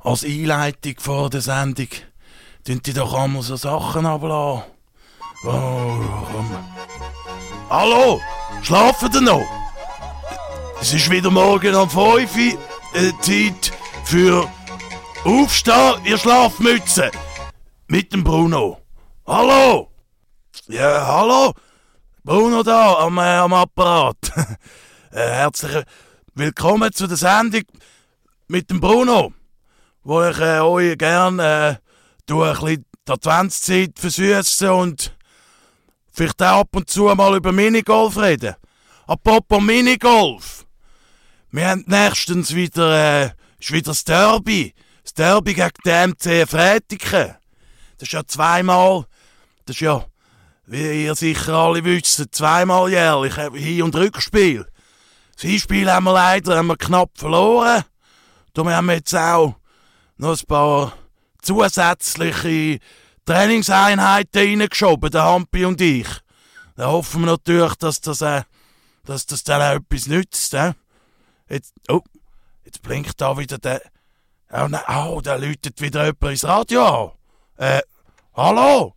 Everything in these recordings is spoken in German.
als Einleitung vor der Sendung, tun die doch einmal so Sachen ablassen. Oh, komm. Hallo, schlafen ihr noch? Es ist wieder morgen um 5 Uhr äh, Zeit für Aufstehen, ihr Schlafmütze. Mit dem Bruno. Hallo! Ja, hallo! Bruno da am, äh, am Apparat. äh, herzlich willkommen zu der Sendung mit dem Bruno, wo ich äh, euch gerne äh, tue ein bisschen die Adventszeit versüße und vielleicht auch ab und zu mal über Minigolf reden. Apropos Minigolf! Wir haben nächstens wieder, äh, ist wieder das Derby. Das Derby gegen den MC Frätiken. Das ist ja zweimal, das ist ja, wie ihr sicher alle wisst, zweimal jährlich äh, Hin- und Rückspiel. Das Hinspiel haben wir leider haben wir knapp verloren. Darum haben wir jetzt auch noch ein paar zusätzliche Trainingseinheiten reingeschoben, der Hampi und ich. Da hoffen wir natürlich, dass das, äh, dass das dann auch etwas nützt. Äh? Jetzt, oh, jetzt blinkt da wieder der... Oh nein, oh, da läutet wieder jemand ins Radio an. Äh, hallo?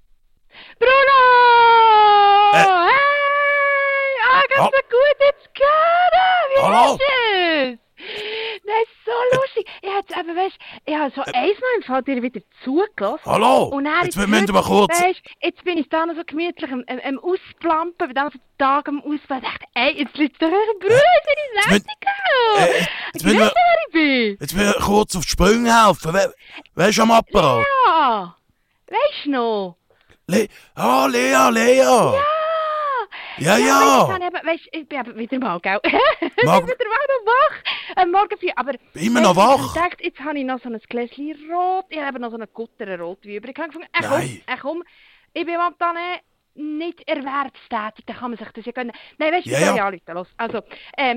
Bruno! Äh. Hey! Ah, Hal- ganz so gut jetzt gehört! Wie Hallo? ist es? Das ist so lustig. Ich hab's, aber weißt, ich hab so einmal im Fall dir wieder zugelassen. Hallo? Und dann jetzt ist müssen wir heute, kurz... Weißt, jetzt bin ich da noch so gemütlich am, am, am Ausplampen, bei dem Tag am Ausplampen. Ich dachte, ey, jetzt liegt doch euer Bruder in müssen- Sendung. gekommen. Äh, Ich jetzt weiß, müssen wir- wer ich bin. Jetzt will ich kurz auf die Sprünge helfen. Wer, wer ist am Apparat? Ja! nou. Weißt du noch? Le ah, Lea, Lea! Ja, ja! Weißt, ich, eben, weißt, ich bin eben wieder mal, gell? ich bin wieder mal Mag- noch wach. Eh, Am Morgen früh, aber... Immer noch wach? weisst, Ich dachte, jetzt habe ich noch so ein Gläschen Rot. Ich habe eben noch so einen Gutter Rot wie übrig. Ich habe gefunden, ach komm, Nein. ach komm. Ich bin momentan äh, nicht erwerbstätig, da kann man dus sich das ja gönnen. Nein, weißt du, Ja, ich kann ja. ja Leute los. Also, ehm,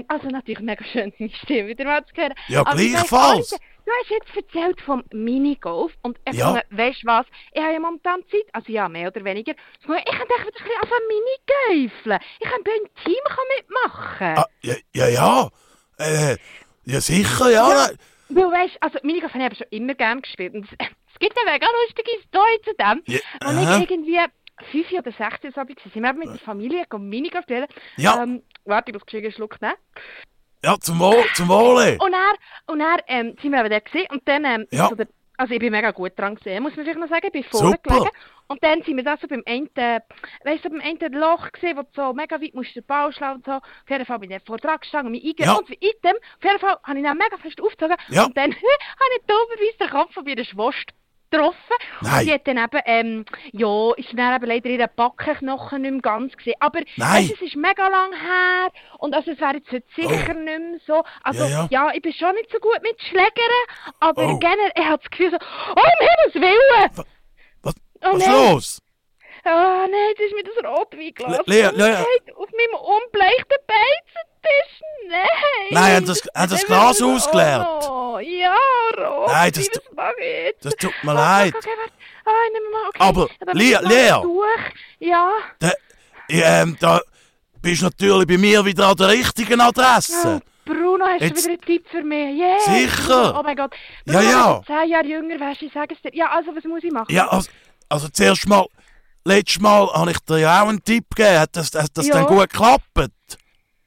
ähm, also natürlich mega schön, deine Stimme wieder mal zu hören. Ja, Aber ich weiss, gleichfalls. Alter, Du hast jetzt erzählt vom Minigolf und ich Ja. ja. weißt du was, ich habe ja momentan Zeit, also ja, mehr oder weniger, ich kann echt wieder ein bisschen anfangen Minigolfen. Ich kann bei einem Team kann mitmachen. Ah, ja, ja, ja. Äh, ja, sicher, ja. Ja. nein. Weil weißt also Minigolf habe ich aber schon immer gerne gespielt und es es gibt eine mega lustige Story zu dem. Ja, Als ich aha. irgendwie fünf oder sechs Jahre alt war, sind wir eben mit der Familie gegangen, Minigolf spielen. Ja. Ähm, warte, ich muss geschwind einen Schluck nehmen. Ja, zum, Wohl, zum Wohle. Und er, und er ähm, sind wir eben dort gewesen. und dann, ähm, Ja. so der, also ich bin mega gut dran gesehen, muss man vielleicht noch sagen, ich bin vorne Super. gelegen. Und dann sind wir da so beim einen, weißt du, beim einen Loch gesehen, wo du so mega weit musst den Ball schlagen und so. Auf jeden Fall bin ich vor dran gestanden, mich eingehen Ja. und wie in dem, auf jeden Fall habe ich dann mega fest aufgezogen Ja. und dann habe ich dummerweise den Kopf von meiner Schwester getroffen. Nein. Und die hat dann eben, ähm, ja, ist dann eben leider ihren Backenknochen nicht mehr ganz gesehen. Aber Nein. weisst, es ist mega lang her und also es wäre jetzt heute sicher nicht mehr so. Also, Oh. Ja, ja. ja, ich bin schon nicht so gut mit Schlägern, aber Oh. generell, ich habe das Gefühl so, oh, um Himmels Willen! Was, Oh, was nein. los? Ah, nein, jetzt ist mir das Rotwein gelaufen. Le- Lea, Lea. Oh Auf meinem unbleichten Beizentisch, nein! Nein, haben das- haben das Nein, Glas wir- ausgeleert? Oh, ja, Rotwein, Nein, das tu- was mache ich jetzt? Das tut oh, mir leid. Okay, warte. Ah, ich nehme mal, okay. Aber, Dann Lea, mach ich mal Lea. Durch. Ja. Da, ähm, da bist natürlich bei mir wieder an der richtigen Oh, Adresse. Bruno, hast Jetzt- du wieder einen Tipp für mich? Yeah. Sicher. Bruno, Oh mein Gott. Ja, Bruno, ja. Wenn du zehn Jahre jünger wärst, ich sage es dir. Ja, also, was muss ich machen? Ja, also, also zuerst mal, letztes Mal habe ich dir ja auch einen Tipp gegeben. Hat das, hat das Ja. dann gut geklappt?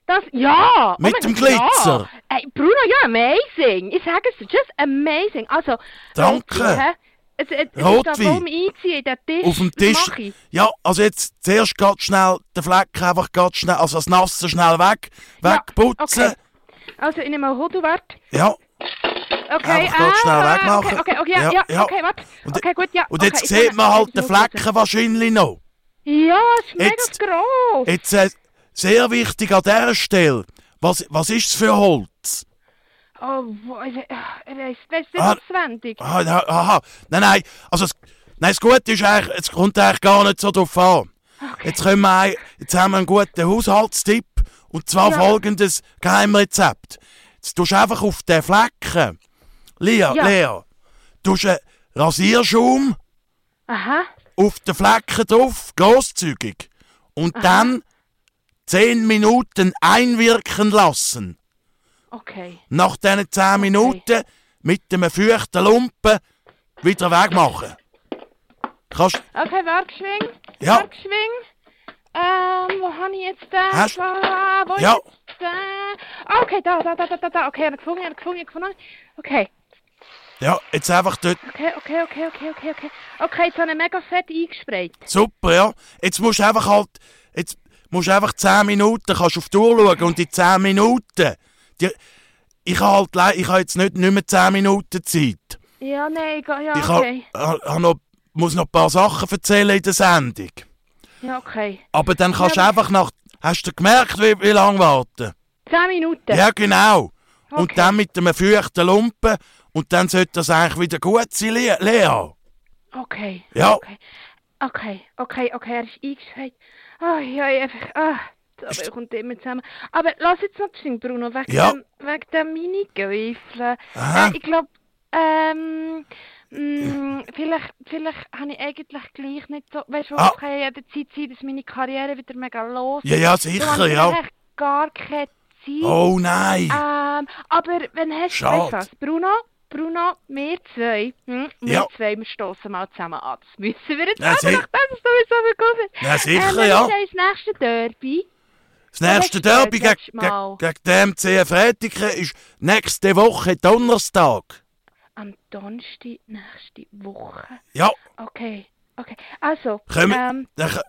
Das, ja! Mit mein dem Gott, Glitzer. Ja. Ey, Bruno, ja, amazing! Ich sage es dir, just amazing. Also, Danke. Rotwein, hä? Es, es, es Rotwein. ist da voll am Einziehen, der Tisch. auf dem Was Tisch. mach ich? Ja, also jetzt zuerst ganz schnell den Fleck einfach ganz schnell, also das Nasse schnell weg, Ja, wegputzen. okay. Also, ich nehme einen Hodelwart. Ja, Okay, Einfach ganz schnell wegmachen. Okay, okay, okay, oh, ja, Ja, ja, ja. okay, warte. Und- okay, gut, ja. und okay, jetzt ich sieht kann- man halt ich den muss aufpassen. Flecken wahrscheinlich noch. Ja, es ist Jetzt- mega gross. Jetzt äh, sehr wichtig an dieser Stelle, was, was ist es für Holz? Oh, wo- ich we- ah, ich weiss, weiss nicht Ah. auswendig. Aha, aha, aha. nein, nein, also es, nein, das Gute ist eigentlich, es kommt eigentlich gar nicht so drauf an. Jetzt, können wir, ein- jetzt haben wir einen guten Haushaltstipp und zwar Ja. folgendes Geheimrezept. Jetzt tust du einfach auf den Flecken, Lea, Lea, tust einen Rasierschaum Aha. auf den Flecken drauf, großzügig. Und dann 10 Minuten einwirken lassen. Okay. Nach diesen 10 Minuten mit einem feuchten Lumpen wieder wegmachen. Kannst, Okay, Werkschwing. Ja. Werkschwing. Ähm, wo habe ich jetzt den? Hast- Ah, Wo Ja. Jetzt, den? Ah, okay, da, da, da, da, da, da. Okay, ich habe gefunden, ich habe gefunden, ich habe gefunden. Okay, ja, jetzt einfach dort. okay, okay, okay, okay, okay, okay. Okay, jetzt habe ich mega fett eingesprayt. Super, ja. Jetzt musst du einfach halt, jetzt musst du einfach 10 Minuten, kannst auf die Uhr schauen und in 10 Minuten, die, ich habe halt, le- ich habe jetzt nicht, nicht mehr 10 Minuten Zeit. Ja, nein, ich, ga- ja, Ich habe, okay. ha- habe noch, muss noch ein paar Sachen erzählen in der Sendung. Ja, okay. Aber dann kannst du Ja, aber- einfach nach, hast du gemerkt, wie, wie lange warten? Zehn Minuten. Ja, genau. Okay. Und dann mit einem feuchten Lumpen und dann sollte das eigentlich wieder gut sein, Le- Lea. Okay. Ja. Okay, okay, okay, okay, er ist eingeschreit. Ah, ja, ja, einfach, ah, das Ist- kommt immer zusammen. Aber lass jetzt noch geschwind, Bruno, wegen Ja. dem, wegen dem Minigäufle. Aha. Äh, ich glaube, ähm, mh, vielleicht, vielleicht habe ich eigentlich gleich nicht so, weißt du, Ah. es kann ja jederzeit sein, dass meine Karriere wieder mega los Ja, ja, Darum habe sicher, ich ja. eigentlich gar keine Zeit. Oh nein. Ähm, aber wenn hast du Schade. weißt du was? Bruno, Bruno, wir zwei, hm, wir Ja. zwei, wir stoßen mal zusammen an. Das müssen wir jetzt Ja, aber sicher. nachdem es sowieso bekommen Ja, sicher, wir ja. sehen uns nächste Derby. Das nächste letztes Derby Mal, gegen letztes Mal. gegen- gegen den MC Frätiken ist nächste Woche Donnerstag. Am Donnerstag nächste Woche. Ja, Okay, okay. Also, komm, ähm, dann k-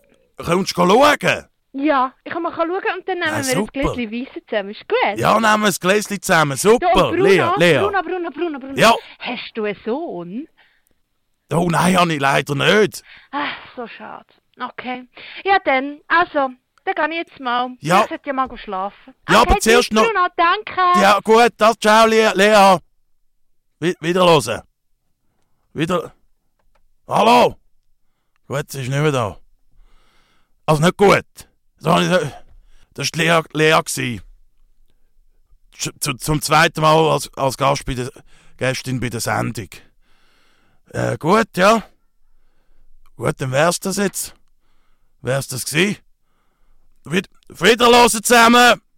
kommst du schauen. ja, ich kann mal schauen und dann nehmen Ja, wir ein super. Gläschen Weissen zusammen. Ist gut? Ja, nou, nehmen wir das Gläschen zusammen. Super, Du, und Bruno, Lea, Lea. Bruno, Bruno, Bruno, Bruno. Ja. Hast du einen Sohn? Oh nein, habe ich leider nicht. Ah, so schade. Okay. Ja, dann, also, dann gehe ich jetzt mal. Ja. Ich sollte ja mal schlafen. Ja, aber Okay, zuerst tschüss, noch- Bruno, danke. Ja, gut, das, ciao, Le- Lea. Wi- Wieder hören. Wieder. Hallo? Gut, sie ist nicht mehr da. Also nicht gut. Das war nicht- das war die Lea. Lea gewesen. Sch- Zu, zum zweiten Mal als, als Gast bei der, Gästin bei der Sendung. Äh, gut, ja. Gut, dann wär's das jetzt. Wär's das gewesen? Wieder, wieder hören zusammen!